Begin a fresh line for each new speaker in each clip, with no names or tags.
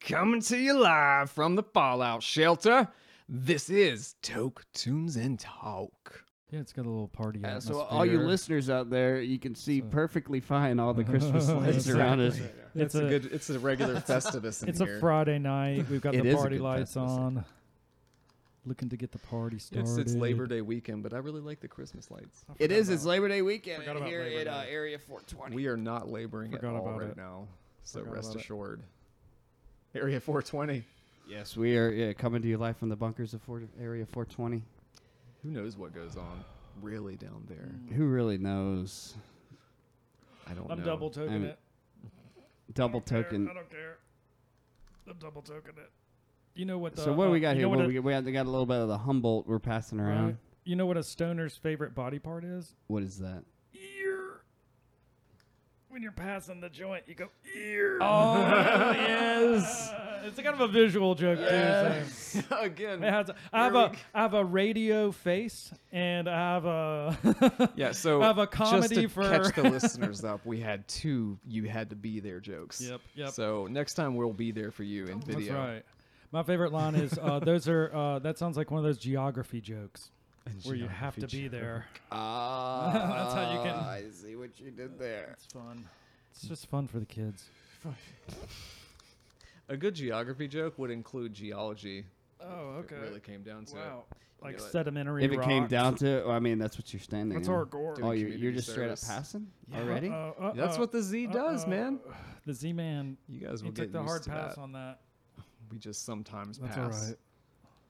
Coming to you live from the Fallout Shelter. This is Toke Tunes and Talk.
Yeah, it's got a little party.
Uh,
atmosphere.
so all you listeners out there, you can see
So-
perfectly fine all the Christmas lights around us.
It's,
It's a-
a, good. It's a regular Festivus in
It's
here.
a Friday night. We've got
It
the
is a
party
good
lights
Christmas.
on. Looking to get the party started.
It's, it's Labor Day weekend, but I really like the Christmas lights.
It is. It's Labor Day weekend
Forgot about
here
Labor
at uh,
Day.
Area 420.
We are not laboring at
Forgot
all
about
right
it.
now, so
Forgot
rest
about it.
assured. Area 420.
yes, we are yeah, coming to you live from the bunkers of four, Area 420.
Who knows what goes on really down there?
Who really knows?
I don't
I'm
know.
double token
I'm
it.
Double token.
I don't care. I'm double token it. You know what? The,
So what do
uh,
we got
you
here?
Know
What
what
do
a,
we, got? we got we got a little bit of the Humboldt we're passing around.
right? You know what a stoner's favorite body part is?
What is that?
Ear. When you're passing the joint, you go ear. Oh yes. It's kind of a visual joke too. so-
Again.
It has. I have a. I have a radio face, and I have a.
Yeah, so
I have a
just
comedy
to
for.
catch the listeners up, we had two you had to be there jokes.
Yep, yep.
So next time we'll be there for you in
That's
video.
right. My favorite line is, uh, "Those are." Uh, that sounds like one of those geography jokes where you have to be there.
Ah,
Oh, That's how you
Uh,
can-
I see what you did there.
It's fun. It's just fun for the kids.
A good geography joke would include geology.
Oh,
If it really came down to it.
Like
Like Yeah.
sedimentary.
If it came down to, it, well, I mean, that's what you're standing.
What's
in.
our gourd?
Oh,
Doing
you're, you're
community
just straight up
service.
passing already.
That's what the Z does, man.
The Z man.
You guys
He
will
took
get
the
used
hard
to
pass
that.
on that.
We just sometimes
That's all
pass.
right.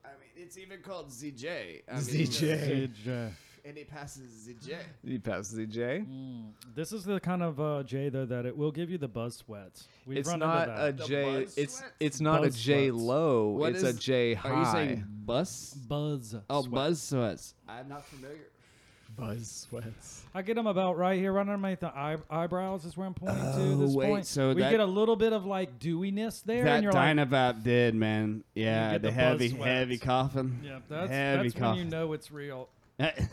I mean, it's even called ZJ. I
ZJ. Hey.
J.
and he passes ZJ.
You pass ZJ.
Mm. This is the kind of uh, J though that it will give you the buzz sweats. We've
It's
run
not
into
a
that.
J.
buzz
It's
sweats?
it's not a
Buzz
J
sweats.
low.
What
it's
is-
a J high.
Are you saying bus?
buzz.
Oh,
sweat.
buzz sweats. I'm not familiar.
buzz sweats?
I get them about right here, right underneath the eye- eyebrows is where I'm pointing to. at This
Oh, wait,
point,
so
we
that-
get a little bit of like dewiness there,
that
and you're
Dynavap did, man.
You
Yeah,
get the
the,
buzz
heavy,
sweats.
heavy coughing.
like, yeah, that's
heavy
that's when you know it's real.
coughing.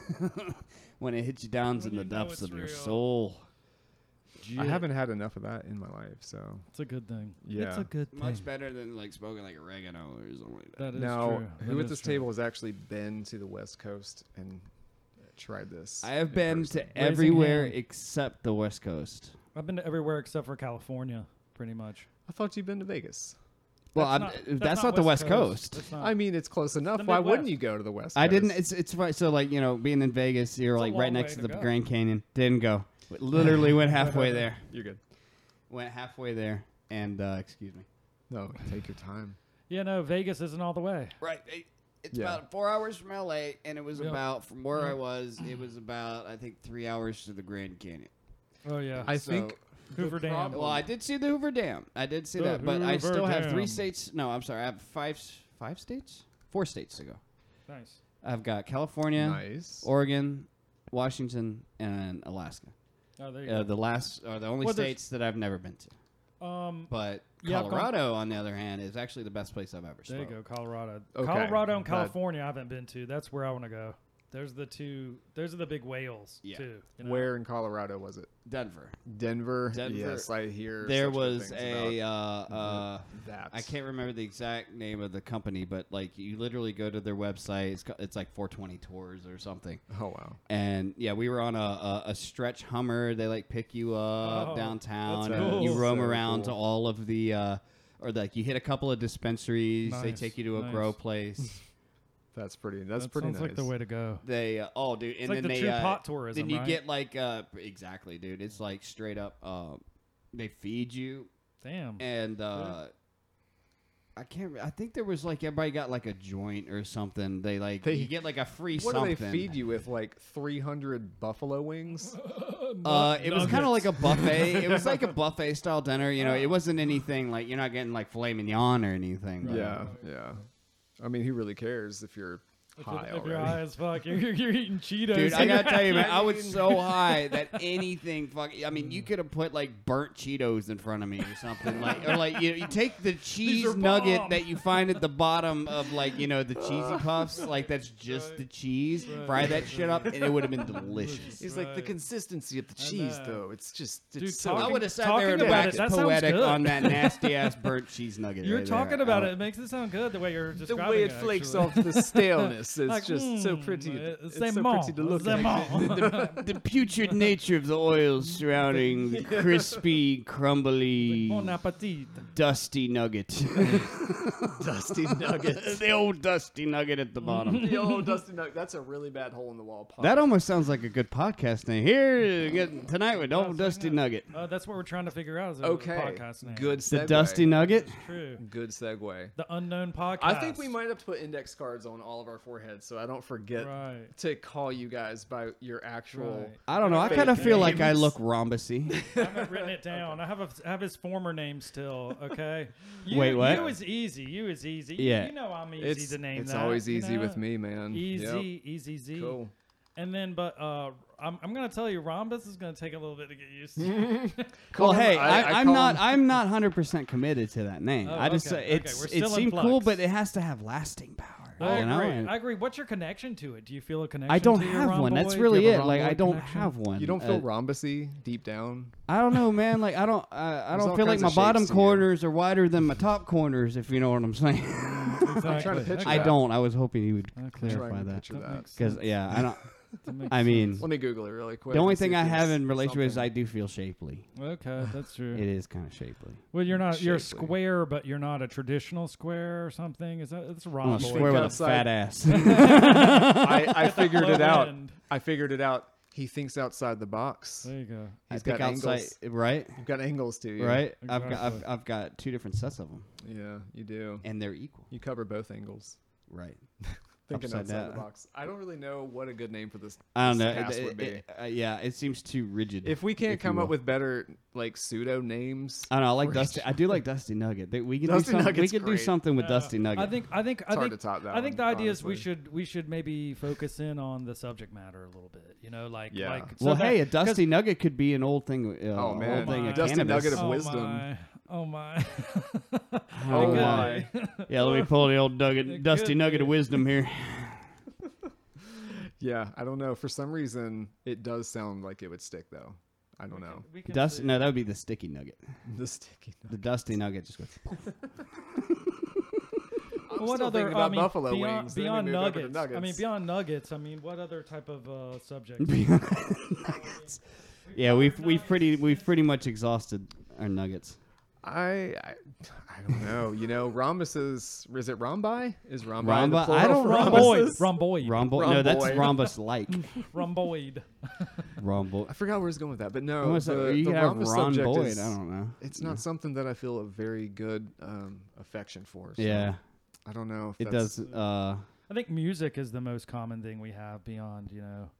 when it hits you down
When
in the
you know
depths
it's
of your
real.
soul.
I haven't had enough of that in my life. So
It's a good thing. it's
Yeah.
a good thing.
better than like smoking like oregano or something like
that is
now,
true.
who
That
at
is
this
true.
table has actually been to the West Coast and tried this?
I have
in
been
person?
to everywhere
hand.
except the West Coast.
I've been to everywhere except for California, pretty much.
I thought you'd been to Vegas.
Well, I'm,
not-
that's, not, the West Coast.
That's not-
I mean, it's close enough.
the
Why wouldn't
Midwest.
you go to the West? Coast?
I didn't. It's it's right. So like you know, being in Vegas, you're
It's a
like right
long
next
way
to the
to go.
Grand Canyon. Didn't go. Literally went halfway there.
You're good.
Went halfway there, and uh, excuse me.
No, take your time.
yeah, no, Vegas isn't all the way.
Right. it- It's
Yeah.
about four hours from LA, and it was
Yeah.
about from where
Yeah.
I was. It was about I think three hours to the Grand Canyon.
Oh yeah,
I
So-
think
Hoover Dam.
problem-
Well, I did see the Hoover Dam. I did see
Oh, The
that, but I
Hoover
still have three
Dam.
states. No, I'm sorry. I have five s- five states, four states to go.
nice.
I've got California,
nice.
Oregon, Washington, and Alaska.
Oh, there you
Uh,
go.
the last are the only
Well, there's-
states that I've never been to.
Um,
But
Yeah, I've gone-
Colorado, on the other hand, is actually the best place I've ever
there
smoked.
you go, Colorado.
Okay,
Colorado and
that-
California, I haven't been to. That's where I want to go. There's the two. Those are the big whales
Yeah.
too. you know?
Where in Colorado was it?
Denver.
Denver.
Denver.
Yes, I hear.
there
such good
was
things
a uh,
about Mm-hmm.
uh,
that.
I can't remember the exact name of the company, but like you literally go to their website. It's, co- it's like 420 tours or something.
Oh wow.
And yeah, we were on a, a, a stretch Hummer. They like pick you up
Oh,
downtown.
that's
and
cool.
You roam
So
around
cool.
to all of the, uh, or like you hit a couple of dispensaries. They
Nice,
take you to a
nice.
grow place.
That's pretty. That's
that
pretty
sounds
nice.
like the way to go.
They uh, oh dude, and
like
then
the
they
true
uh,
pot tourism,
Then you
right?
get like uh exactly, dude. It's like straight up. Um, they feed you
Damn.
and uh, I can't. re- I think there was like everybody got like a joint or something. They like
They-
you get like a free
What
something.
do they feed you with? Like 300 buffalo wings?
Uh, it was kind of like
Nuggets.
a buffet. it was like a buffet style dinner. You know, it wasn't anything like you're not getting like filet mignon or anything. but-
yeah, yeah. I mean, who really cares if you're
If,
high
if you're
already.
high as fuck, you're, you're, you're eating Cheetos.
Dude, I gotta tell you, man, I was so high that anything, fuck, I mean, you could have put like burnt Cheetos in front of me or something, like, or like you, you take the cheese
are
nugget
bomb.
that you find at the bottom of like you know the cheesy puffs, like that's just
Right.
the cheese.
Right.
Fry that shit up, and it would have been
Delicious.
delicious.
It's like the
Right.
consistency of the cheese,
know.
though. It's just it's
Dude,
so.
talking-
I would have sat
talking
there and
about
waxed
it, that sounds
poetic
good.
on that nasty ass burnt cheese nugget.
You're
right there.
talking about
I-
it. It makes it sound good the way you're
the
describing it.
way it flakes
actually.
off the staleness is
Like,
just so
mm,
pretty.
uh,
It's
c'est
so
bon,
pretty to look
c'est
at.
bon.
The putrid nature of the oils surrounding the crispy, crumbly,
Bon appetit.
dusty nugget.
Dusty nugget.
the old dusty nugget at the bottom.
Yo, Dusty nugget. That's a really bad hole in the wall pun.
That almost sounds like a good podcast name. Here get- tonight with old dusty nugget.
Uh, that's what we're trying to figure out. Is a
okay.
podcast name.
Good
The
segue.
dusty nugget.
True.
Good segue.
The unknown podcast.
I think we might have to put index cards on all of our foreheads so I don't forget
Right.
to call you guys by your actual.
Right.
I don't know. I kind of feel like I look rhombusy.
I haven't written it down. I have a, I have his former name still. Okay. You,
Wait, what?
You is easy. You is easy.
Yeah.
You know I'm easy
It's,
to name.
it's
that,
always
you
easy
know?
with me, man.
Easy,
Yep.
easy, Z.
Cool.
And then, but uh, I'm, I'm gonna tell you, rhombus is gonna take a little bit to get used to.
Well,
him-
hey,
I-
I,
I
I am
call
not.
him-
I'm not 100 percent committed to that name.
Oh,
I just
okay, okay,
it's
we're
it
still in
seemed cool,
flux.
but it has to have lasting power.
I
you know?
agree.
And
I agree. What's your connection to it? Do you feel a connection?
I don't
to your
have one.
rhomboid?
That's
Do you
really
have
it.
a
Like I
rhomboid
don't
connection?
have one.
You don't feel
Uh,
rhombusy deep down?
I don't know, man. Like I don't. Uh, I
There's
don't
all
feel like
kinds
my
of
bottom
shapes to you.
corners are wider than my top corners. If you know what I'm saying.
Exactly.
trying to picture
I
Yeah.
don't. I was hoping you would
Okay.
Trying
clarify
to
that.
picture that.
Because yeah, I don't.
that.
I mean,
Let me Google it really quick.
the only
and see
thing
if
I have
there's
in relation is I
something.
do feel shapely.
okay, that's true.
It is kind of shapely.
Well, you're not. You're
Shapely.
square, but you're not a traditional square or something. Is that? It's
I'm
wrong.
a
think
square with a
outside-
fat ass.
I, I figured it
low
out.
end.
I figured it out. He thinks outside the box.
There you go.
I
He's
think
got
outside,
angles.
right?
You've got angles to you.
Right. I've got. I've,
Exactly.
I've got two different sets of them,
Yeah, you do.
and they're equal.
You cover both angles.
Right.
Thinking
Upside
outside the
down.
box. I don't really know what a good name for this.
I don't know.
this
It,
cast would
it-
be.
it- uh, yeah, it seems too rigid.
if we can't
if you
come up
will.
with better like pseudo names,
I don't know. I like
We're
Dusty. I do like Dusty Nugget. They- We can
Dusty
do something. We
Nugget's
could do
great.
something with
Yeah.
Dusty Nugget.
I think. I think. I
It's hard
think.
to top that
I think the
one,
idea is we
honestly.
should we should maybe focus in on the subject matter a little bit. You know, like
Yeah.
like. so
well,
that-
hey, a
'cause-
Dusty Nugget could be an old thing. Uh,
Oh, man.
old thing
My.
of
Dusty
cannabis.
Nugget of
oh
wisdom.
My, oh my.
oh
Okay.
my,
Yeah, let me pull the old
It
nugget, dusty
could
nugget of
be.
wisdom here.
yeah, I don't know. For some reason, it does sound like it would stick though. I don't know.
We can
Dusty,
see.
no, that would be the sticky nugget.
The sticky.
The dusty nugget just goes.
I'm
what
still
other
thinking about
I mean,
buffalo
beyond,
wings. then we
Beyond
move over to
nuggets. I mean,
nuggets.
beyond nuggets. I mean, what other type of uh, subject?
Nuggets. Yeah, we've we've pretty we've pretty much exhausted our nuggets.
I, I I don't know. You know, rhombus is is it rhombi? Is rhombi
Rhombi? I
the plural
don't-
for
Rhomboid.
rhombuses?
Rhomboid.
Rombo, no, that's
Rhomboid.
rhombus like
Rhomboid.
rhombo.
I forgot where I was going with that, but no,
Almost
the,
like- you
the
could have
rhombus subject
rhomboid.
is
I don't know.
it's not something that I feel a very good um, affection for. So
Yeah,
I don't know if
it
that's,
does. Uh,
I think music is the most common thing we have beyond, you know.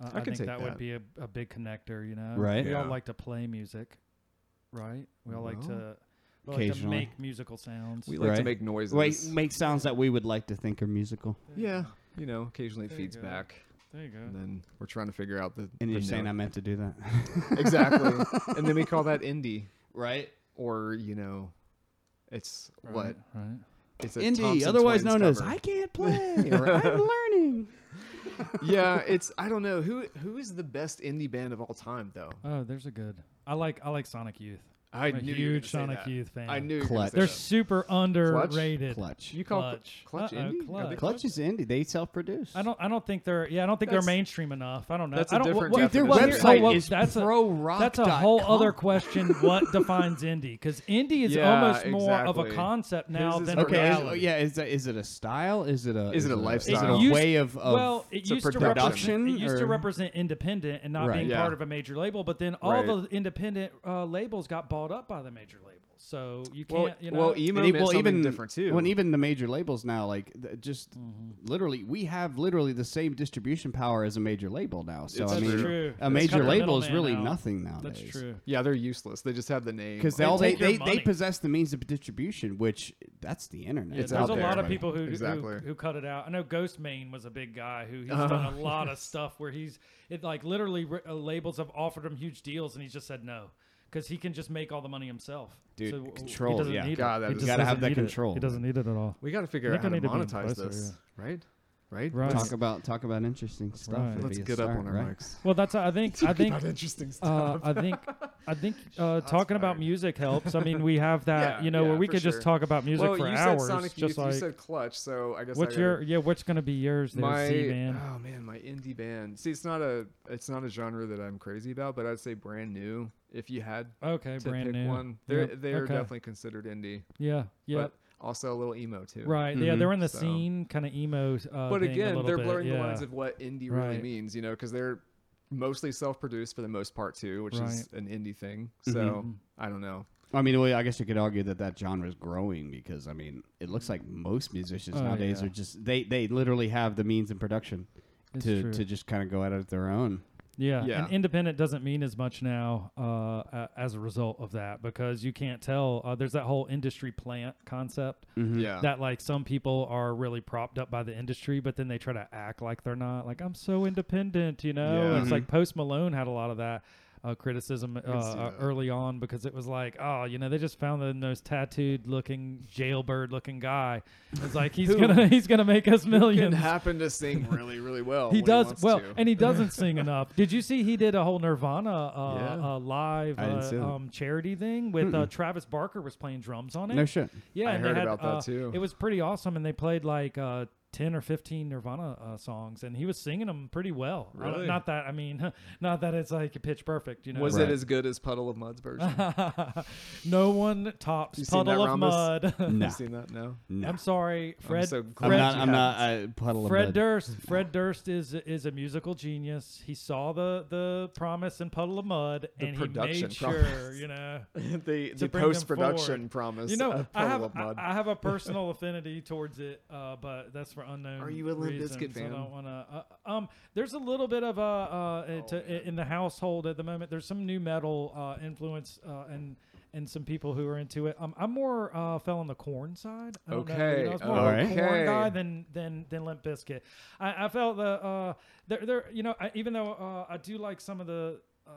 Uh,
I
I,
can
think
take
that,
that.
would be a, a big connector, you know.
Right.
We
Yeah.
all like to play music, right? We all like
Well,
to, we like to
occasionally.
make musical sounds.
We like to
Right.
make noises.
wait, make sounds that we would like to think are musical.
Yeah, you know, occasionally it
There you
feeds
go.
back,
there you go.
and then we're trying to figure out the.
And
the
you're saying
note.
I meant to do that,
exactly, and then we call that indie,
right?
or you know, it's what
Right, right.
it's a
Indie,
Thompson
otherwise
Twins
known as
cover.
I can't play or I'm learning.
yeah, it's I don't know who who is the best indie band of all time though.
Oh, there's a good. I like I like Sonic Youth.
I
I'm a
knew you were
huge
gonna say
Sonic
that.
Youth fan.
I knew you were
Clutch.
gonna say
They're
that.
super underrated.
Clutch.
you call cl-
Clutch.
clutch
Uh-oh,
indie? Are they
Clutch.
Clutch is indie. They self-produce.
I don't. I don't think they're. Yeah, I don't think
That's-
they're mainstream enough. I don't know.
that's
I
a
don't,
different
what-
definition.
what-
Their
here-
website
oh, well,
is
that's
prorock.com.
A, that's a whole other question. What defines indie? Because indie is
Yeah,
almost more of
exactly.
a concept now
His is
than
more-
Okay. is-
reality.
yeah. Is, that, is it a style? Is it a?
Is it a
Is it
lifestyle?
a
It
used-
way of? of
well, it
it's a
used, to
production,
represent, it used
or-
to represent independent and not
Right.
being
Yeah.
part of a major label, but then all
Right.
the independent uh, labels got bought up by the major labels. So you can't,
Well,
you know.
well, emo
and it-
meant
well, e
something
even
different too.
When even the major labels now, like th- just
Mm-hmm.
literally, we have literally the same distribution power as a major label now. So
It's
I
that's
mean,
true.
a
That's
major
cut the
label is
middleman
really
out.
nothing nowadays.
That's true.
yeah, they're useless. They just have the name
because
on
all
it.
they
take your
they, they
money.
possess the means of distribution, which that's the internet.
Yeah,
It's
there's
out
a
there,
lot of
buddy.
people who,
Exactly.
who who cut it out. I know Ghost Main was a big guy who he's done a lot of stuff where he's it like literally r- uh, labels have offered him huge deals and he's just said no because he can just make all the money himself.
Dude,
So, w-
control,
He doesn't
yeah.
need
God,
it.
that
He
is-
just
gotta have
doesn't
that
need it.
control.
He doesn't need it at all.
We got to figure out
think I
how to
need to be an
monetize
advisor,
this, right? Right.
Right.
Talk about talk about interesting stuff.
Right.
would
Let's
be a
get up
start,
on our
right?
mics.
Well, that's I think I think
Not interesting stuff.
uh, I think I think uh, talking about
fired.
music helps. I mean, we have that
Yeah,
you know
yeah,
where we
for
could
sure.
just talk about music
well,
for
you
hours.
said Sonic
just
Youth, you
like
said Clutch, so I guess I
what's
gotta-
your yeah? What's gonna be yours? There,
my
Z man.
oh man my indie band. See, it's not a it's not a genre that I'm crazy about, but I'd say brand new. If you had
Okay,
to
brand
pick
new.
one, they're
Yep,
they're
okay.
definitely considered indie,
Yeah, yeah.
but also a little emo too.
Right.
Mm-hmm.
Yeah, they're in the
So-
scene, kind of emo. Uh,
But
thing a
again,
little
they're
bit,
blurring
yeah.
the lines of what indie really
Right.
means, you know, because they're mostly self-produced for the most part too, which is an indie thing.
Mm-hmm.
So I don't know.
I mean, well, I guess you could argue that that genre is growing because I mean, it looks like most musicians
Oh,
nowadays
yeah.
are just they they literally have the means in production
It's
to
true.
to just kind of go at it their own.
yeah.
Yeah.
And independent doesn't mean as much now uh, a- as a result of that because you can't tell. Uh, there's that whole industry plant concept
Mm-hmm.
Mm-hmm.
Yeah.
that like some people are really propped up by the industry, but then they try to act like they're not. Like I'm so independent, you know.
Yeah.
It's like Post Malone had a lot of that. Uh, criticism uh,
see
uh,
that.
early on because it was like, oh, you know, they just found the most tattooed-looking jailbird-looking guy. It's like he's gonna he's gonna make us
can
millions.
happen to sing really, really well.
he
when
does
wants
well,
to.
and he doesn't sing enough. Did you see he did a whole Nirvana uh,
Yeah.
uh, live
I didn't see
uh,
that.
um, charity thing with uh, Travis Barker was playing drums on it?
No shit.
Yeah,
I
and
heard
they had,
about that,
uh,
too.
It was pretty awesome, and they played like uh, ten or fifteen Nirvana uh, songs, and he was singing them pretty well. I don't-
Really?
Not that I mean, not that it's like pitch perfect, you know.
was
Right.
it as good as Puddle of Mud's version?
no one tops
You seen that,
puddle of
Rhombus?
mud.
No,
You seen that? No.
I'm sorry, Fred.
so
Fred
glad
I'm not.
you
I'm not. I puddle of
Fred
mud.
Durst. Fred Durst is is a musical genius. He saw the the promise in Puddle of Mud, and he
production
made sure,
promise.
you know,
the the
to bring them
post production
forward.
promise.
You know,
of
I
Puddle
have
of
I,
Mud.
I have a personal affinity towards it, uh, but that's for unknown.
Are you a Limp Bizkit
reasons.
fan? Oh,
I don't want to. Uh, um, there's a little bit of a uh, uh, to, in the household at the moment. There's some new metal uh, influence uh, and. And some people who are into it. Um, I'm more uh, fell on the corn side. I don't know, you
Okay,
know, I was more of a
alright.
corn guy
okay.
than than than Limp Bizkit. I, I felt the uh, there there you know I, even though uh, I do like some of the uh,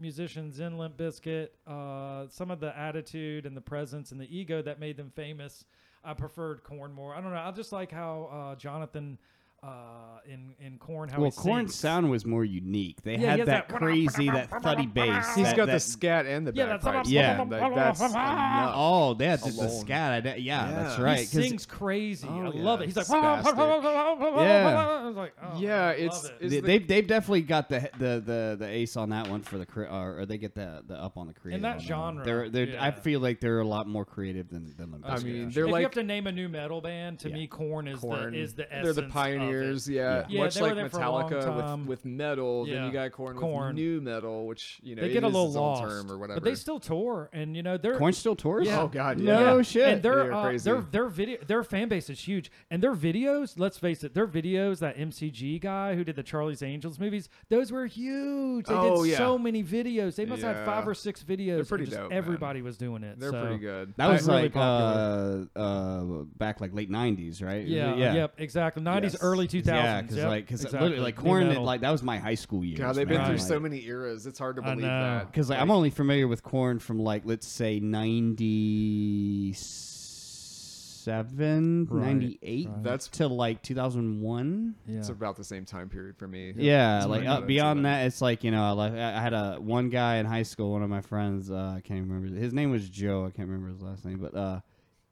musicians in Limp Bizkit, uh, some of the attitude and the presence and the ego that made them famous. I preferred Corn more. I don't know. I just like how uh, Jonathan uh, in in Corn how
well,
he
Corn's
sings.
sound was more unique. They
Yeah, he
had
has
that
that-
crazy, that thuddy bass.
He's
that-
got the
that-
scat and the
Yeah, that's-
bagpipes.
Yeah.
man. Like, that's enough.
Oh, that's just the
Alone.
scat. I, yeah, that's
Yeah.
right.
He
'cause-
sings crazy. I
Oh,
love
yeah.
it. He's like,
Spastic.
I was like, oh,
Yeah,
I love
it's-
it.
it's-
They,
the-
they've they've definitely got the the the, the ace on that one for the cre- or, or they get the the up on the creative
that
on one.
genre,
They're they're I
yeah.
feel like they're a lot more creative than than Limp
I
Bizkit.
mean,
Yeah.
they're
if you have
like
to name a new metal band, to me, Corn is
corn.
the is the
they're
essence.
the
of it.
pioneers, yeah.
Yeah,
Much
they were
like
there for a long
Metallica
time.
with, with metal, then
Yeah.
you got corn, with
Korn.
new metal, which you know
They
it
get a
is
little
its own
lost,
term or whatever.
but they still tour, and you know they're
Corn still tours.
Yeah.
Oh God, yeah.
no
Yeah.
shit.
And their
They are
uh,
crazy.
their their video their fan base is huge, and their videos. Let's face it, their videos. That MCG guy who did the Charlie's Angels movies, those were huge. They
Oh,
did
yeah.
so many videos. They must have
Yeah.
had five or six videos. and
pretty
just
dope, man.
Everybody was doing it.
They're
so.
pretty good.
That was
really
like
popular.
uh, uh, back like late '90s, right?
Yeah, Yep. Exactly. Nineties,
Yes.
early two
Yeah,
thousands.
because
yep,
like, because
exactly.
literally, like
New
corn,
metal.
like that was my high school years.
God, they've been
man.
through
Like,
so many eras. It's hard to
I
believe
know.
that.
Because like, I'm only familiar with corn from like let's say 97,
Right,
98.
right.
That's-
to like 2001.
yeah.
It's about the same time period for me.
Yeah,
It's
like
about
uh,
it,
beyond
so
that, it's like you know, I like I I had a one guy in high school, one of my friends. Uh, I can't even remember his name was Joe. I can't remember his last name, but uh,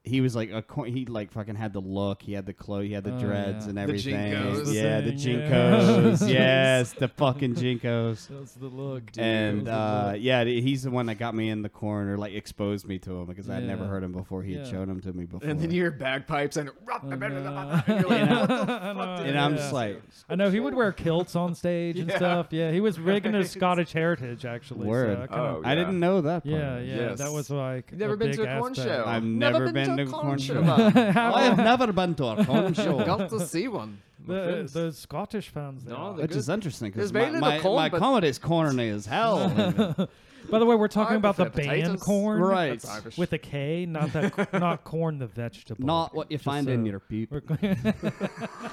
he was like a corn. He like fucking had the look. He had the clothes. He had the
Oh,
dreads
yeah.
and
The
everything.
jinkos. The
yeah, the
thing, yeah.
jinkos. yes, the fucking jinkos.
That's the look, dude.
And
That was the
uh,
look.
yeah, th- he's the one that got me in the corn or like exposed me to him because I'd never
Yeah.
heard him before. He had
Yeah.
shown him to me before.
And then you hear bagpipes uh, and uh,
I know.
you're like, what the
I know,
fuck did
and I'm
yeah.
just like,
I know he would wear kilts on stage and
Yeah.
stuff. Yeah, he was rigging his Scottish heritage actually.
Word.
So I kinda,
Oh,
I didn't know that. Part.
yeah, yeah,
Yes.
that was like
You've never
a
been
big
to a corn
aspect.
show.
I've never been to a corn show.
man.
I have never been to a corn show.
Got to see one. my
The,
friends.
the Scottish fans.
No,
there.
the-
Which
Good.
is interesting
It's
because my,
mainly the
my,
corn,
my
but-
comedy is corny as hell.
By the way, we're talking
I'd
about the
prefer
band
potatoes.
corn,
Right.
That's Irish.
With a K, not that, not corn, the vegetable.
Not what you
Just
find in
so
your peep.
we're clear.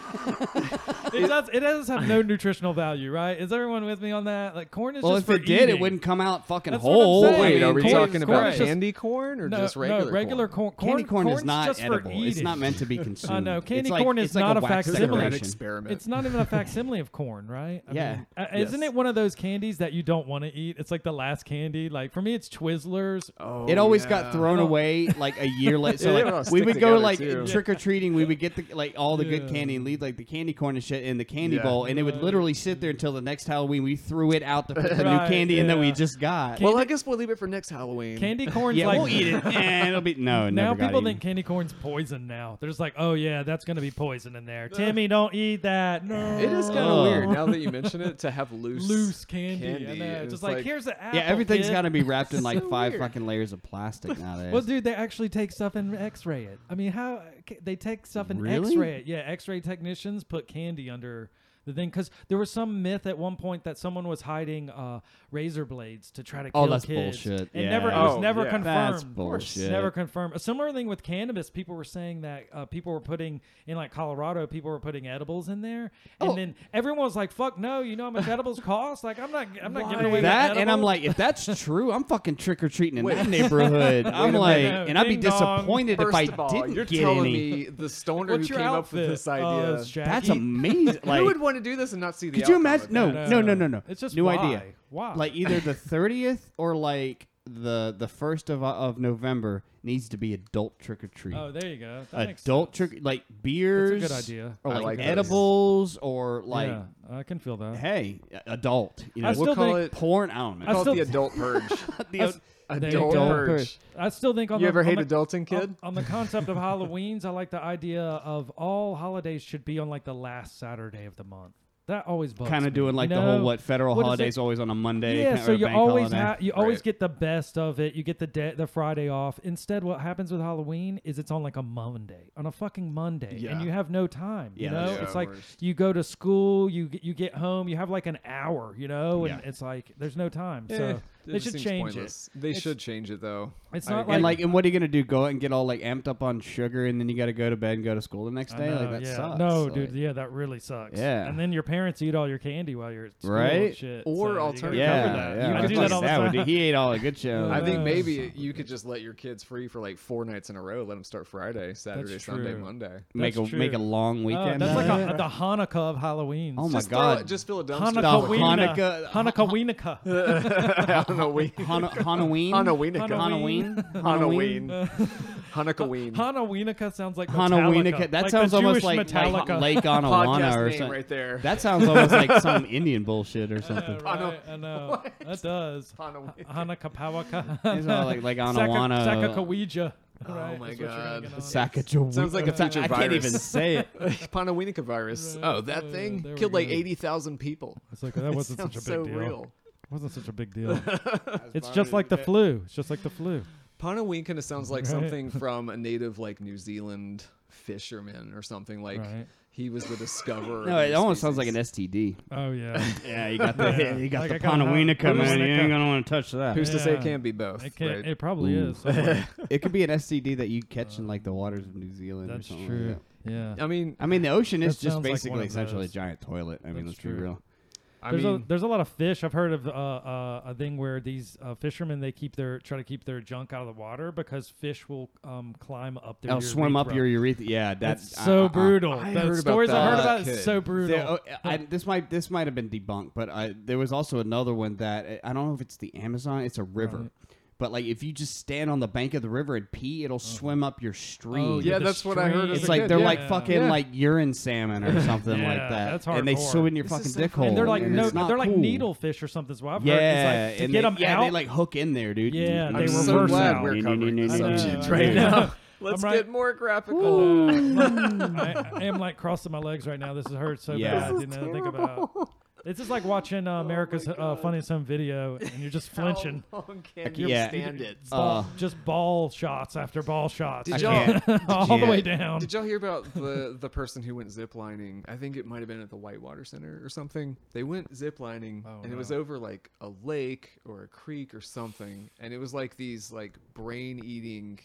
it does. It does have no nutritional value, right? Is everyone with me on that? Like corn is
Well,
just
if
for
it did, it
eating.
wouldn't come out fucking
That's what I'm
whole.
saying.
I
Wait,
mean,
are we
corn-
talking
corn
about
is just-
candy corn or
no,
just regular?
no, regular
corn?
corn.
Candy corn
corn's
is not
just
edible.
For
It's
eating.
not meant to be consumed.
candy
It's like-
corn is
it's like
not a
wax
facsimile.
Cigarette
decoration.
experiment.
It's not even a facsimile of corn, right? I
Yeah.
mean, uh,
Yes.
Isn't it one of those candies that you don't want to eat? It's like the last candy. Like for me, it's Twizzlers.
oh,
It always
yeah.
got thrown away like a year later. So
Yeah, they
like,
all
we
stick
would
together,
go like
too.
trick or treating. We would get the like all the good
Yeah.
candy and leave like the candy corn and shit in the candy
Yeah.
bowl, and it would literally sit there until the next Halloween. We threw it out to put the
Right,
new candy in that we
yeah.
just got.
Well, I guess we'll leave it for next Halloween.
Candy corn's
yeah,
like
we'll eat it. Eh, it'll be no. it
now
never got
people
eaten.
think candy corn's poison now. They're just like, oh yeah, that's gonna be poison in there. Timmy, don't eat that. No.
It is kind of
Oh.
weird now that you mention it to have loose
loose candy. I
candy.
know.
It's
Just like,
like-
here's the apple.
Yeah, everything's
kid.
got to be wrapped in like
So
five
weird.
fucking layers of plastic nowadays.
Well, dude, they actually take stuff and X-ray it. I mean, how ca- they take stuff and
Really?
X-ray it? Yeah, X-ray technicians put candy under the thing because there was some myth at one point that someone was hiding uh, razor blades to try to
Oh,
kill
that's
kids.
bullshit.
It never it
Yeah.
was
Oh,
never
yeah.
confirmed.
That's
course.
bullshit.
Never confirmed. A similar thing with cannabis. People were saying that uh, people were putting in like Colorado. People were putting edibles in there, and
Oh.
then everyone was like, "Fuck no! You know how much edibles cost? Like, I'm not, I'm not giving away
that and I'm
edible."
like, if that's true, I'm fucking trick or treating in
Wait.
that neighborhood. I'm
minute.
like,
No,
and I'd be
ding dong.
disappointed if
First
I
of all,
didn't
you're
get
telling
any.
me the stoner
What's
who
your
came up
outfit?
with this
Oh,
idea.
it's Jackie.
That's amazing. Like,
who would want to do this and not see the?
could you
outcome of
imagine?
that?
No, no, no, no, no.
It's just
new
why?
idea.
Why?
Like either the thirtieth or like the the first of uh, of November needs to be adult trick or treat.
Oh, there you go. That makes
adult
sense.
trick like beers.
idea.
Or
I
like,
like this.
edibles or like
yeah, I can feel that.
hey, adult. You know,
I
we'll
still
call
think-
it porn. I don't know.
I
Call
still-
it the adult purge.
The
I
ad-
s- There you
adult
go.
purge.
I still think on
You
the,
ever
on
hate
the,
adulting, kid?
On, on the concept of Halloween's, I like the idea of all holidays should be on like the last Saturday of the month. That always bugs
kind
me,
of doing like
you
the whole
know?
what federal
What is
holidays
it?
always on a Monday.
Yeah,
kinda-
so
or
you
bank
always
holiday.
ha- you always
Right.
get the best of it. You get the day, the Friday off. Instead, what happens with Halloween is it's on like a Monday, on a fucking Monday, and
Yeah.
you have no time. you
Yeah,
know,
that's
the
it's like
worst.
you go to school, you get- you get home, you have like an hour, you know, and
Yeah.
it's like there's no time.
Eh,
So
it
they
just
should
seems
change
pointless. They
It's-
should change it though.
it. It's
I
not
agree.
like,
and like, and what are you gonna do? Go out and get all like amped up on sugar, and then you got to go to bed and go to school the next
I
day.
know,
like that
yeah.
sucks.
No,
Like,
dude, yeah, that really sucks.
Yeah.
and then your parents eat all your candy while you're at school and
Right?
shit.
Or
so you gotta
alternatively-
Yeah,
cover that.
yeah.
I
fuck
do that all the
that would do-
time.
He ate all the good shit.
I
I think
know.
maybe you could just let your kids free for like four nights in a row. Let them start Friday, Saturday, Sunday,
true.
Monday.
make a
That's
make a
true.
long
Oh,
weekend.
that's like
out of
a,
it.
the Hanukkah of Halloween.
Oh my
just throw it-
God.
just fill a dumpster.
Hanukkah
Stop it.
Wiener.
Hanukkah-
Hanukkah Wiener.
Halloween.
Hana- Hanoween?
Halloween.
Hanoween.
Hanoween.
Halloween. Hanukkah.
Hana Wienica sounds like
Hanoween.
Metallica.
That
like
sounds
the
almost
Jewish
like, like
Metallica.
Lake Onawana
Podcast
or
name
something.
right there.
That sounds almost like some Indian bullshit or
I know,
something.
right? I know. That does.
Hanaween.
Hanaka Pawaka.
It's all like like Onawana.
Sakakawija.
Oh my God.
Sacagawea.
Sounds like a future
I can't
virus.
even say it.
Panawinica virus.
Right.
Oh, that
Uh,
thing
there we
killed like
go.
eighty thousand people.
It's like that wasn't such a
Sounds so
big deal.
real.
wasn't such a big deal. it's just like the flu. It's just like the flu.
Panawin kind of sounds like
Right.
something from a native like New Zealand fisherman or something. Like
Right.
he was the discoverer.
No,
of
it
new
almost sounds like an
species.
STD.
Oh yeah.
Yeah, you got the
Yeah.
you got
Like I
the
got a
Panawina man. You
Panawinaka.
ain't gonna want to touch that.
Who's to say
Yeah.
it can't be both?
It can't.
right?
It probably
Ooh.
is. somewhere.
It could be an STD that you catch in like the waters of New Zealand.
That's
or something
true.
Like that.
Yeah.
I mean,
I mean, the ocean is
That
just
sounds like one
basically
of
essentially
those.
a giant toilet. I mean,
That's
let's be
true.
real.
I
there's
mean,
a there's a lot of fish. I've heard of uh, uh, a thing where these uh, fishermen they keep their try to keep their junk out of the water because fish will um, climb up their.
It'll swim up
urethra.
your urethra. Yeah, that's
That's so
uh, uh, uh.
brutal.
I
the
heard about
stories I heard
that.
about it's
Kid.
so
There-
brutal.
oh, I, this might this might have been debunked, but I, there was also another one that I don't know if it's the Amazon. It's a river.
Right.
But like, if you just stand on the bank of the river and pee, it'll swim up your stream.
yeah,
the
that's what I heard
stream.
as
It's
a
like
kid,
they're
yeah.
like fucking
Yeah.
like urine salmon or something
Yeah,
like that,
that's
and they
hardcore.
swim in your
This is
fucking
so
dick
funny.
hole.
and they're like
and
no,
it's not
they're like
cool.
needlefish or something. So I've
Yeah,
heard it's like to
and
get
they,
them
yeah,
out.
they like hook in there, dude.
Yeah,
I'm
they
I'm so
reverse
glad
out.
we're covering this
I know,
subject
I
right
know.
now. Let's
right-
get more graphical.
Ooh, I'm like- I, I am like crossing my legs right now. This is hurt so
Yeah.
bad. I
This
didn't even think about. This is like watching uh, America's uh, Funniest Home Video, and you're just flinching.
How long can
c-
you
yeah.
stand it?
Ball-
Uh.
just ball shots after ball shots.
Did
all
y'all-
the
Yeah.
way down.
Did y'all hear about the the person who went ziplining? I think it might have been at the Whitewater Center or something. They went ziplining
Oh,
and it was
no.
over like a lake or a creek or something, and it was like these like brain eating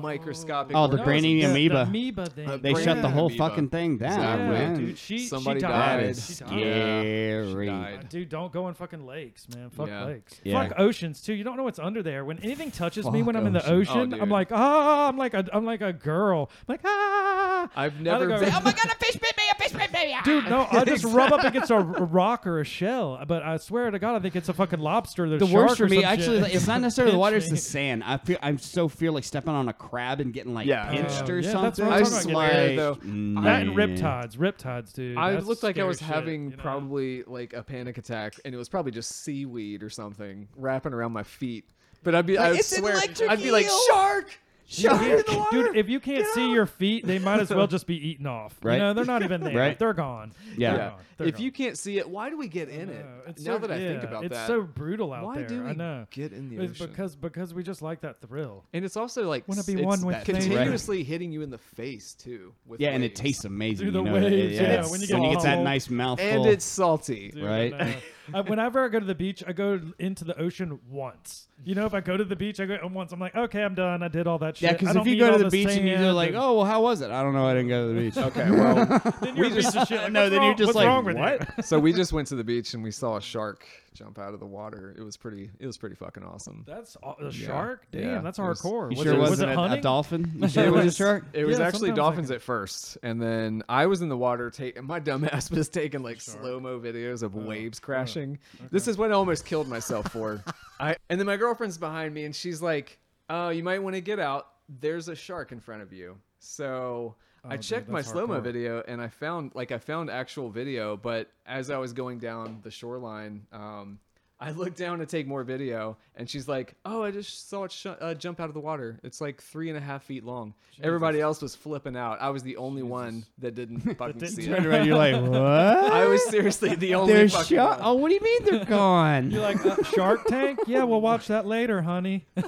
microscopic.
Oh, the
organisms.
brain-eating
the- the
amoeba.
amoeba thing.
Uh,
They
Brain
shut the whole
amoeba.
fucking thing down,
Yeah,
Exactly.
man.
dude. She she
Somebody
died.
that
died.
is
She died.
scary.
Yeah, she died.
Dude, don't go in fucking lakes, man. Fuck
Yeah.
lakes.
Yeah.
Fuck oceans too. You don't know what's under there. When anything touches me when
Fuck
I'm in the
ocean.
ocean,
Oh,
I'm
dude.
like, ah, I'm like a, I'm like a girl. I'm like, ah.
I've
I'd
never.
go-
been-
Oh my god, a fish bit me! A fish bit me! Ah!
Dude, no, I just rub up against a r- rock or a shell. But I swear to God, I think it's a fucking lobster. Or
the
shark
worst for
or
me
some
actually
shit.
like, it's not necessarily the
Pinch
water it's
me.
the sand i feel i'm so feel like stepping on a crab and getting like
Yeah.
pinched
Oh,
or
yeah, that's
something
what I'm
I
talking about,
swear though.
That and riptides, riptides, dude.
I
That's
looked like I
scary
was
shit,
having
you know?
probably like a panic attack, and it was probably just seaweed or something wrapping around my feet. But I'd be, I
it's an
swear,
electric
I'd be like,
eel.
shark, shark in the water.
Dude, if you can't see your feet, they might as well just be eaten off. You
Right.
know, they're not even there.
Right.
They're gone.
Yeah.
They're
yeah.
gone. They're
If
gone.
you can't see it, why do we get in
I
it?
know. It's
now
so-
that I think
yeah,
about
it's
that,
so brutal out
why
there.
do we
I know.
get in the
It's
ocean?
because because we just like that thrill.
and it's also like
Wanna be
it's
one with
that
nature.
continuously hitting you in the face too. With
yeah and it
waves.
tastes amazing
Through the
you know that,
waves,
yeah,
yeah,
it's-
when
when
you
you
get
get, that
all-
nice mouthful
and it's salty.
Dude,
Right?
I know. I- whenever I go to the beach, I go into the ocean once. You know, if I go to the beach, I go and once. I'm like, okay, I'm done. I did all that shit.
yeah
I
because
don't
if you
need
go
all
to the
this
beach and
sand
you're like oh well how was it i don't know i didn't go to the beach
okay, well,
then you're a piece of shit. Like,
no,
what's
then
wrong-
you're just
what's
like,
wrong with you?
so we just went to the beach and we saw a shark jump out of the water. It was pretty. It was pretty fucking awesome.
That's aw- a shark. Damn,
Yeah.
that's
It was-
hardcore.
you
was
sure
it, was
wasn't
it
a- a,
hunting?
dolphin you sure it was a shark
It was
Yeah,
actually
sometimes I
dolphins
can-
at first, and then I was in the water. Ta- my dumb ass was taking like slow mo videos
Oh.
of waves crashing. This is what I almost killed myself for. I and then my girlfriend's behind me, and she's like, "Oh, you might want to get out. There's a shark in front of you." So I
Oh, dude,
checked my
that's
slow mo
hardcore.
video, and I found like I found actual video, but as I was going down the shoreline. Um, I looked down to take more video, and she's like, "Oh, I just saw it sh- uh, jump out of the water. It's like three and a half feet long. Everybody else was flipping out. I was the only one that didn't fucking
didn't
see
Turned
it.
around, you're like what
I was seriously the only
they're
fucking
shark
one.
oh what do you mean they're gone
You're like uh, Shark Tank? Yeah, we'll watch that later, honey.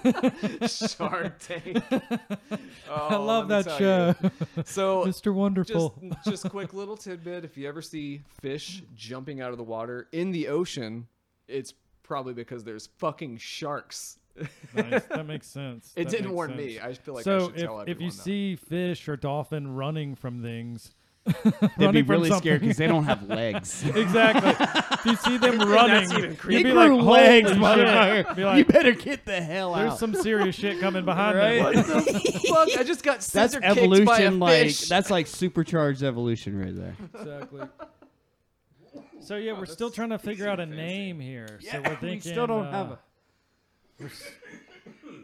Shark Tank.
I
Oh,
love
let
that
me tell
show,
you. So
Mr.
just
Wonderful.
just quick little tidbit: if you ever see fish jumping out of the water in the ocean, it's probably because there's fucking sharks.
nice. That makes sense.
It
That
didn't
makes
warn
sense.
me. I feel like I
so
should
if,
tell everyone.
if you
that.
see fish or dolphin running from things,
they'd be
running from
really scared
something.
because they don't have legs
exactly. if you see them running,
even
you'd
creepier.
be
They
like,
grew legs,
"Holy shit."
motherfucker.
Be like,
you better get the hell
there's
out.
some serious shit coming behind
Right?
me.
Fuck! I just got
that's
scissor kicked by a
evolution, like
fish.
that's like supercharged evolution right there.
exactly. So yeah, we're still trying to figure out a name here. so we're thinking.
we still don't have
uh,
a-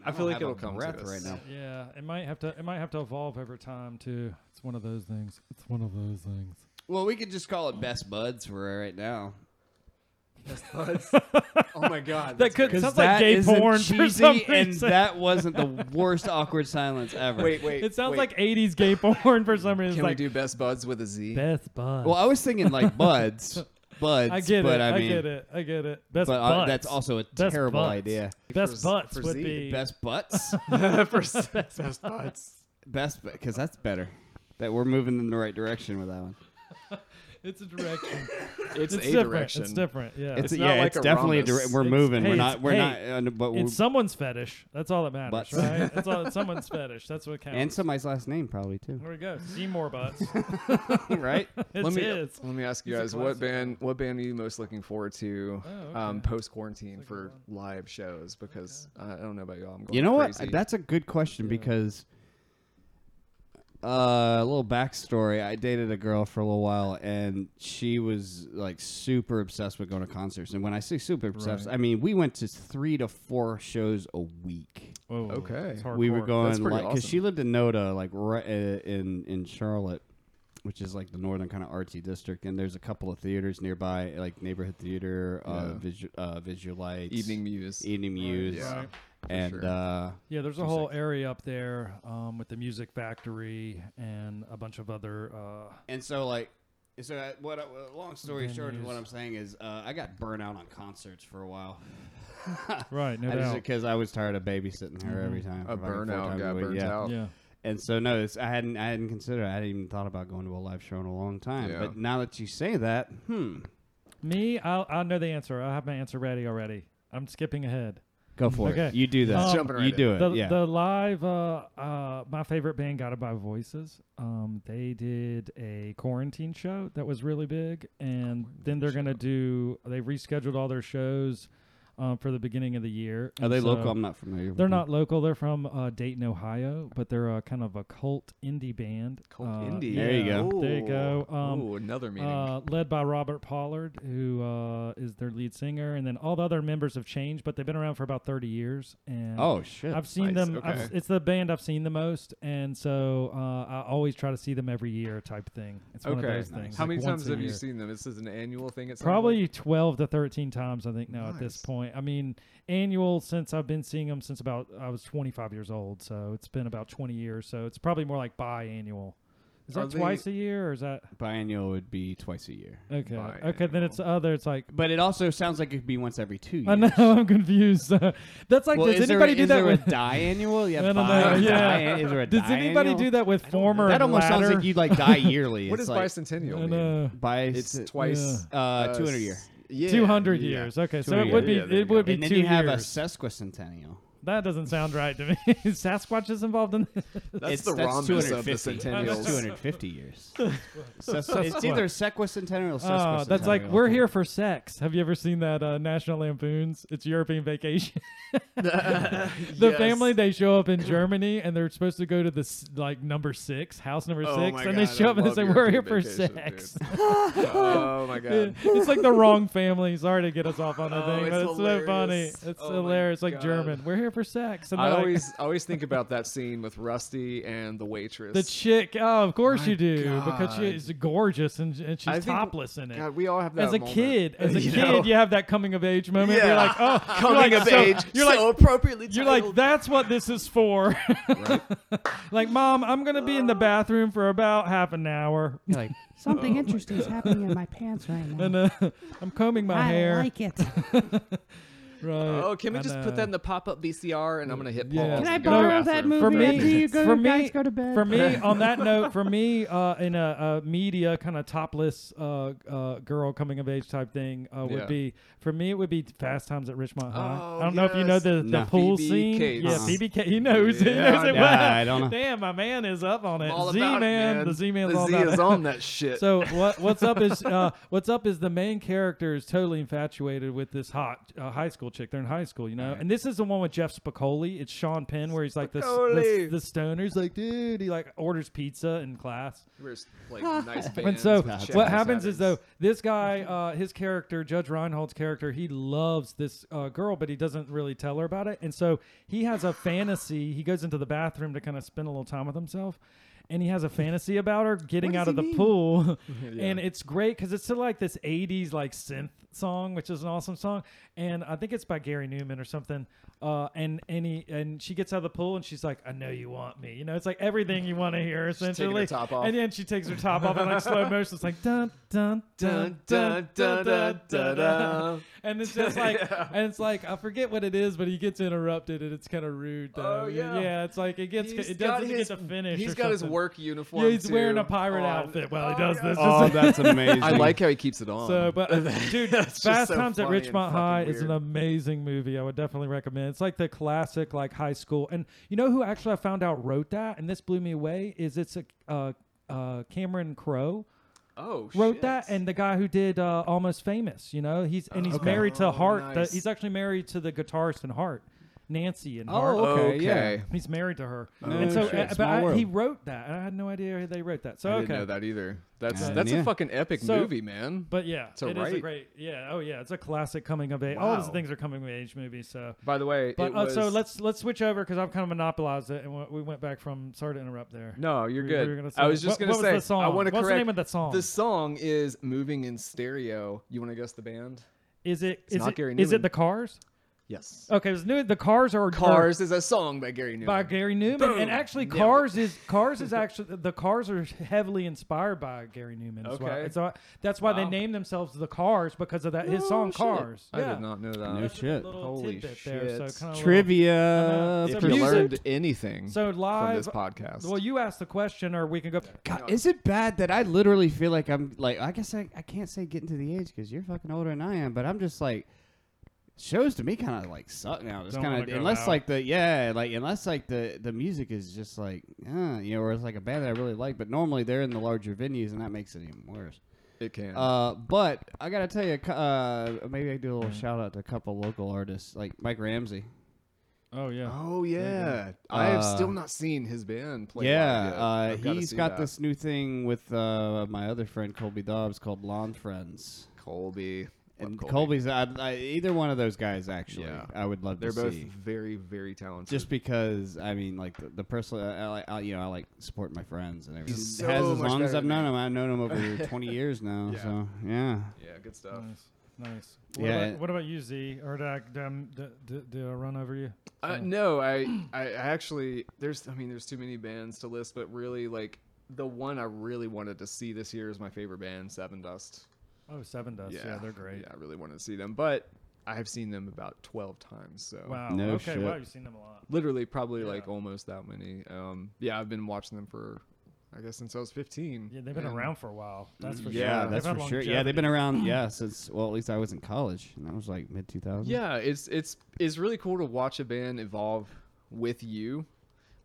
I feel like it'll come
breath
to us.
right now.
Yeah, it might have to. It might have to evolve over time too. It's one of those things. It's one of those things.
Well, we could just call it best buds for right now.
Oh my god!
That
that's
could
great.
sounds like gay porn for some
cheesy, and
reason.
that wasn't the worst awkward silence ever.
Wait, wait.
it sounds
wait.
like '80s gay porn for some reason.
Can we
It's like
do best buds with a Z?
Beth Bud.
Well, I was thinking like buds, buds.
I get
but
it. I,
I mean,
get it. I get it. Best
But uh,
butts.
that's also a
Best
terrible
butts.
idea.
best
for-
butts
for
would
Z.
be
Best butts,
for s- best buds.
best because that's better. That we're moving in the right direction with that one.
It's a direction.
It's,
it's
a
different.
direction.
It's different. Yeah.
It's,
It's,
It's not
yeah,
like
it's
a
definitely a
rhombus.
dire- we're
It's-
moving.
hey,
we're
it's-
not. We're
hey,
not. Uh, but we're,
someone's fetish. That's all that matters,
Butts.
right? That's all. It's someone's fetish. That's what counts.
and somebody's last name probably too.
there we go. Seymour butts.
right?
It's
Let me
his.
let me ask you
It's
guys
a
what
classic. Oh,
band what band are you most looking forward to
okay.
um, post quarantine for
good
live shows? Because uh, I don't know about y'all. I'm going
You know
crazy.
what? That's a good question because uh, a little backstory. I dated a girl for a little while, and she was like super obsessed with going to concerts. And when I say super obsessed, I mean we went to three to four shows a week.
Whoa,
Okay.
it's
We were
hardcore.
going
That's
like
pretty
because
awesome.
she lived in Noda, like right uh, in in Charlotte, which is like the northern kind of artsy district. And there's a couple of theaters nearby, like neighborhood theater, uh,
Yeah.
visual uh, visual lights,
Evening Muse.
evening muse,
Yeah.
and
sure.
uh,
Yeah, there's a whole area up there um, with the Music Factory and a bunch of other. Uh,
And so like So uh, what? Uh, well, long story
Venues.
short, what I'm saying is, uh, I got burnt out on concerts for a while.
Right, no doubt. Mm-hmm.
Because I was tired of babysitting her every time.
A
for fucking four
burnout
times a
got
week,
burnt
yeah.
out.
Yeah.
And so no, it's, I hadn't I hadn't considered. I hadn't even thought about going to a live show in a long time.
Yeah.
But now that you say that, hmm,
Me, I'll, I know the answer. I have my answer ready already. I'm skipping ahead.
go for it.
Okay.
You do that.
Um,
Jumping right
you
in.
do it.
The,
yeah.
the live, uh, uh, my favorite band, Guided by Voices, um, they did a quarantine show that was really big. And then they're going to do, they rescheduled all their shows um, for the beginning of the year.
Are
And
they
so-
local? I'm not familiar. with
They're
them.
not local. They're from uh, Dayton, Ohio, but they're a kind of a cult indie band.
Cult
Uh,
indie.
There you
yeah,
go.
There you go.
Ooh.
Um,
Ooh, another meeting.
uh, led by Robert Pollard, who uh, is their lead singer, and then all the other members have changed, but they've been around for about thirty years. And
Oh shit.
I've seen
nice,
them. I've,
okay.
it's the band I've seen the most, and so uh, I always try to see them every year, type thing. It's one of
Okay.
those things.
How
like
many
once
times
a
have you
year.
seen them? This is an annual thing. It sounds
Probably
like?
twelve to thirteen times, I think now at this
Nice.
point. I mean, annual since I've been seeing them since about I was twenty five years old, so it's been about twenty years. So it's probably more like biannual. Is
Are
that
they-
twice a year, or is that
Biennial would be twice a year.
okay? Okay, then it's
Biannual.
other. It's like
But it also sounds like it'd be once every two years.
I know I'm confused. That's like,
Well,
does
is there-
anybody do
is
that
there
with?
a diannual? Yeah,
I don't know,
bi-
yeah.
dia- is there a
Does anybody
diannual?
do that with former?
That
and
almost
latter?
sounds like you like die yearly.
What
it's
does
like
bicentennial
And,
mean?
uh,
bi-
it's twice.
uh,
uh,
200 year.
Yeah.
two hundred
yeah.
years. Okay, so
200
it would be
years. Yeah, there you
it would
go.
be
And then
two
you have a
years.
sesquicentennial.
that doesn't sound right to me. Sasquatch is involved in this.
That's
it's
the
that's
rhombus of the
250. That's
centennials.
250 years. Ses- it's either sesquicentennial or sesquicentennial.
Oh, that's like we're here for sex. Have you ever seen that uh, National Lampoon's? It's European Vacation. the
Yes.
family they show up in Germany and they're supposed to go to the s- like number six house number
Oh
six,
my
and they
God,
show
I
up and they
love
say we're here
European
for
Vacation,
sex.
oh my god.
it's like the wrong family. Sorry to get us off on the
Oh,
thing,
it's
but it's so funny.
hilarious.
It's
Oh my
hilarious. Like
God.
German, we're here for sex. And
I
they're like,
always I always think about that scene with Rusty and the waitress.
the chick. Oh, of course
My
you do, because she
God.
is gorgeous and, and she's
I think-
topless in it.
God, we all have that
as a
moment.
kid, as a
You
kid,
know?
you have that coming of age moment. You're like, oh,
coming
you're like,
of
so-
age.
You're
so
like,
appropriately
you're like, that's what this is for. like, mom, I'm gonna be in the bathroom for about half an hour,
like
Something interesting is happening in my pants right now.
and uh, I'm combing my
I
hair.
like it. Can
right.
Oh, can we
I
just
know.
put that in the pop-up VCR and I'm gonna hit pause?
uh, Yeah. Can
and
I
go to
borrow
the
that
bathroom.
movie
For me-
after you go,
for me-
guys go to bed?
For me, on that note, for me, uh, in a, a media kind of topless uh, uh, girl coming of age type thing, uh, would
Yeah.
be for me. It would be Fast Times at Richmond High.
Oh,
I don't know if you know
yes.
the, the
No.
pool
Phoebe
scene.
Cates.
Yeah,
Uh-huh.
Phoebe Cates. He knows. he
Yeah,
knows it
I-
well.
I don't know.
Damn, my man is up on it.
I'm all about
Z
it,
man, the Z man's
The
all
Z
about
is
it.
on that shit.
So what what's up is uh, what's up is the main character is totally infatuated with this hot uh, high school chick. They're in high school, you know. And this is the one with Jeff Spicoli. It's Sean Penn, where he's like this the,
Spicoli.
the stoner. He's like, dude, he like orders pizza in class.
Wears, like, nice
And
bands
so
with checkers
what happens is
patterns.
though this guy, uh, his character, Judge Reinhold's character, he loves this uh, girl, but he doesn't really tell her about it. And so he has a fantasy. He goes into the bathroom to kind of spend a little time with himself. And he has a fantasy about her getting out of the pool, and it's great because it's still like this '80s like synth song, which is an awesome song, and I think it's by Gary Newman or something. Uh, and and he and she gets out of the pool and she's like, "I know you want me," you know, it's like everything you want to hear
taking her
essentially.
top off.
And then she takes her top off and like slow motion. It's like dun dun dun dun dun dun dun. dun. And it's just like, and it's like I forget what it is, but he gets interrupted and it's kind of rude. Though.
Oh, yeah.
yeah. It's like it gets
He's
it
got
doesn't
his-
get to finish.
He's
or
got his
something.
work uniform.
Yeah, he's wearing a
too,
pirate
on.
outfit while he
Oh,
does
yeah.
this.
Oh, that's amazing.
I like how he keeps it on.
So, but uh, dude,
That's just
Fast
so
Times at
funny and
Richmond
fucking
High is an
weird.
amazing movie. I would definitely recommend. It's like the classic, like high school. And you know who actually I found out wrote that, and this blew me away. Is it's a uh, uh, Cameron Crowe
oh,
wrote
shit.
that, and the guy who did uh, Almost Famous. You know, he's and he's married to
Oh,
Hart. the-
nice.
he's actually married to the guitarist in Hart, Nancy and Hart.
Oh, okay. yeah.
Okay.
He's married to her,
No
and so
shit.
uh, but
Small
I,
world.
he wrote that, and I had no idea they wrote that. So
I
okay,
didn't know that either. That's
Yeah.
that's
Yeah.
a fucking epic
So-
movie, man.
But yeah, it
To
is a
write.
great. Yeah, oh yeah, it's a classic coming of age. All these
Wow.
things are coming of age movies. So,
By the way,
but
it
uh,
was,
so let's let's switch over because I've kind of monopolized it, and we- we went back from. Sorry to interrupt there.
No, you're
We- we
good.
were gonna
I was
say-
just
what-
gonna
what was
say.
the song?
I want to
What's
correct.
the name of that song?
The song is "Moving in Stereo." You want to guess the band?
Is it is
not
it
Gary
is it
Newman.
the Cars?
Yes.
Okay, it was new. The Cars are are
Cars is a song by Gary Newman.
Uh, by Gary Newman,
Boom.
and actually,
Nailed it.
Cars is Cars is actually the Cars are heavily inspired by Gary Newman. That's why-
Okay.
it's why- that's why they
Wow.
named themselves the Cars because of that his
Oh,
song
shit.
Cars.
I
Yeah.
did not know
No
that.
That's a
shit.
little
Holy
tidbit there, so
shit.
kinda little-
Trivia.
If
If
So
you
music-
learned anything
So
from this
live.
podcast,
Well, you asked the question, or we can go.
God, is it bad that I literally feel like I'm like I guess I, I can't say getting to the age because you're fucking older than I am, but I'm just like shows to me kind of like suck now. It's
Don't
kind
wanna
of
go
unless
out.
like the yeah like unless like the the music is just like uh, you know or it's like a band that I really like, but normally they're in the larger venues and that makes it even worse.
it can.
Uh, but I gotta tell you, cu- uh, maybe I do a little shout out to a couple local artists like Mike Ramsey.
Oh yeah.
oh yeah, I have
Uh,
still not seen his band play.
yeah,
live
uh,
yet. I've gotta
he's
see
got
that.
this new thing with uh, my other friend Colby Dobbs called Lawn Friends.
Colby. Love
And
Colby.
Colby's I, I, either one of those guys actually.
Yeah.
I would love
They're
to
both
see.
very, very talented.
Just because I mean, like the, the person I, like- I, you know, I like supporting my friends and everything.
so
Has as
much
long as
better
I've
than
known him, I've known him over twenty years now.
Yeah.
So yeah,
yeah, good stuff.
Nice. Nice. What,
Oh. Yeah,
about,
it-
what about you, Z? Or did I, did, I- did- did- did I run over you?
Uh, no, I, I I actually there's I mean there's too many bands to list, but really like the one I really wanted to see this year is my favorite band, Seven Dust.
Oh, Seven Dust. Yeah, they're great.
Yeah, I really wanted to see them, but I have seen them about twelve times. So
Wow.
No
okay.
shit.
Wow, you've seen them a lot.
literally probably like
Yeah.
almost that many. Um, yeah, I've been watching them for I guess since I was fifteen.
Yeah, they've been
and-
around for a while. That's for sure.
yeah,
They've
that's
had
for sure. Yeah,
longevity.
they've been around. Yeah, since well, at least I was in college, and that was like mid 2000s.
Yeah, it's it's it's really cool to watch a band evolve with you,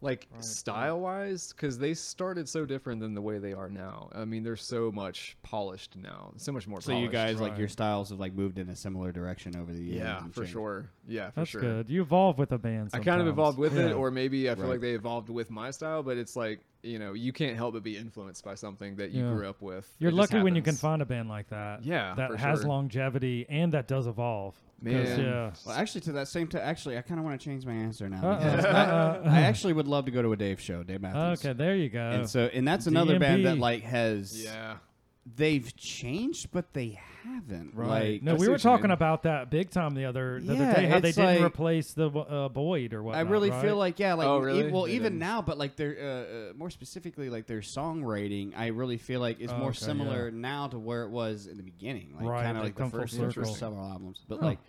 like style wise, because they started so different than the way they are now. I mean, they're so much polished now, so much more.
So you
polished.
guys like your
right.
styles have like moved in a similar direction over the years.
yeah,
and
for
changed.
sure, yeah, for
That's
sure.
good. You evolve with a band.
I kind of
sometimes.
evolved with
Yeah.
it, or maybe I feel
Right.
like they evolved with my style. But it's like you know, you can't help but be influenced by something that you
Yeah.
grew up with.
You're
It just
lucky when you can
happens.
find a band like that.
Yeah,
That
for
has
sure.
longevity and that does evolve. 'Cause,
Man.
Yeah. Uh-uh.
Well, actually, to that same. T- actually, I kind of want to change my answer now.
Uh-oh,
because
uh-oh.
I, I actually would love to go to a Dave show, Dave Matthews.
Okay, there you go.
And so, and that's another band that
DMB.
like has
Yeah,
they've changed, but they haven't.
Right.
Like,
no,
I see
we were
what you mean.
talking about that big time the other the
Yeah,
other day. How they
it's
didn't
like-
replace the uh, Boyd or what?
I really feel like yeah, like
Oh, really?
e- well,
They
even
didn't.
now, but like their uh, uh, more specifically, like their songwriting, I really feel like is
Oh,
more
okay,
similar now to where it was in the beginning, like
Right,
kind of
they've
like the
come full
first, first
circle.
several albums. But
Huh.
like,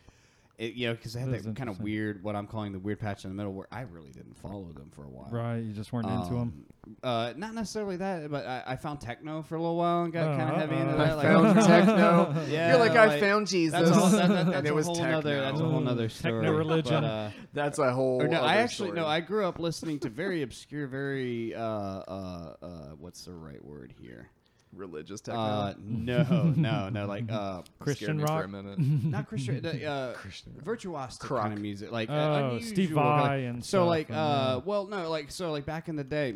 it, you know, because they had
That is
that kind of
interesting.
weird, what I'm calling the weird patch in the middle, where I really didn't follow them for a while.
right. You just weren't into them.
Um, Uh, not necessarily that, but I, I found techno for a little while and got
Oh,
kind of heavy into
uh-oh.
that.
I
Like,
found techno.
Yeah,
You're like, I
like,
found Jesus,
That's, all, that, that, that's
and
a
it was
whole
techno.
nother- that's a whole nother story. but,
religion.
uh,
That's a whole.
Or no, I
other
actually
story.
no. I grew up listening to very obscure, very uh, uh, uh, what's the right word here?
religious techno.
Uh, no, no, no. Like uh,
Scared
Christian
me
rock.
for a minute.
not Christian, uh, uh,
Christian rock.
virtuosity kind
Croc.
of music, like uh,
Oh, Steve
unusual kinda-
Vai and
so
stuff,
like,
and,
uh, well, no, like so like back in the day,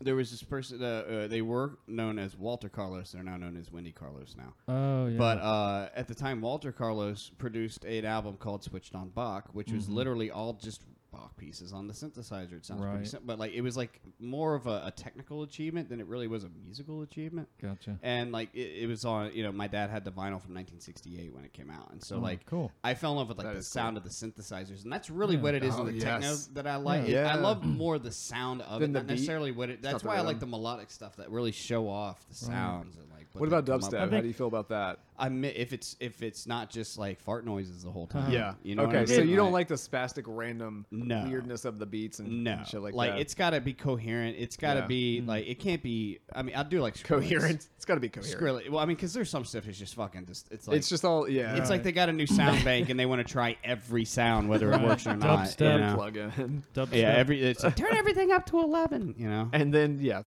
there was this person. Uh, uh, they were known as Walter Carlos. They're now known as Wendy Carlos now.
Oh yeah.
But uh, at the time, Walter Carlos produced an album called Switched on Bach, which was
Mm-hmm.
literally all just Bach pieces on the synthesizer. It sounds pretty
Right.
simple, but like it was like more of a, a technical achievement than it really was a musical achievement.
gotcha.
And like it, it was on, you know, my dad had the vinyl from 1968 when it came out, and so
Oh,
like
cool.
I fell in love with like
That
the
is cool.
sound of the synthesizers, and that's really
Yeah.
what it is
Oh,
in the
yes.
techno that I like.
Yeah.
I love more the sound of
Than
it,
the
not
beat.
necessarily what it. That's
the
why I like
rhythm.
the melodic stuff that really show off the sounds and like.
what
they
about
come up
dubstep?
with.
How
think-
do you feel about that?
I mean, if it's if it's not just like fart noises the whole time.
Uh-huh.
Yeah.
Um, You know. what
okay,
I
so
mean?
you don't like the spastic random
No.
weirdness of the beats and
no
shit like, that.
it's got to be coherent. It's got to
Yeah.
be
Mm-hmm.
like it can't be. I mean, I do like Skrillex.
coherent. It's got to be coherent.
Skrillex. Well, I mean, because there's some stuff is just fucking just. It's like
it's just all yeah.
uh,
It's like they got a new sound bank and they want to try every sound whether it
Right.
works or not. you
Dubstep.
know?
plug in.
Dubstep.
Yeah. Every it's like, turn everything up to eleven. You know.
And then, yeah.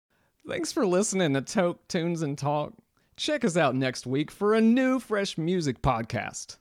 Thanks for listening to Toke Tunes and Talk. Check us out next week for a new fresh music podcast.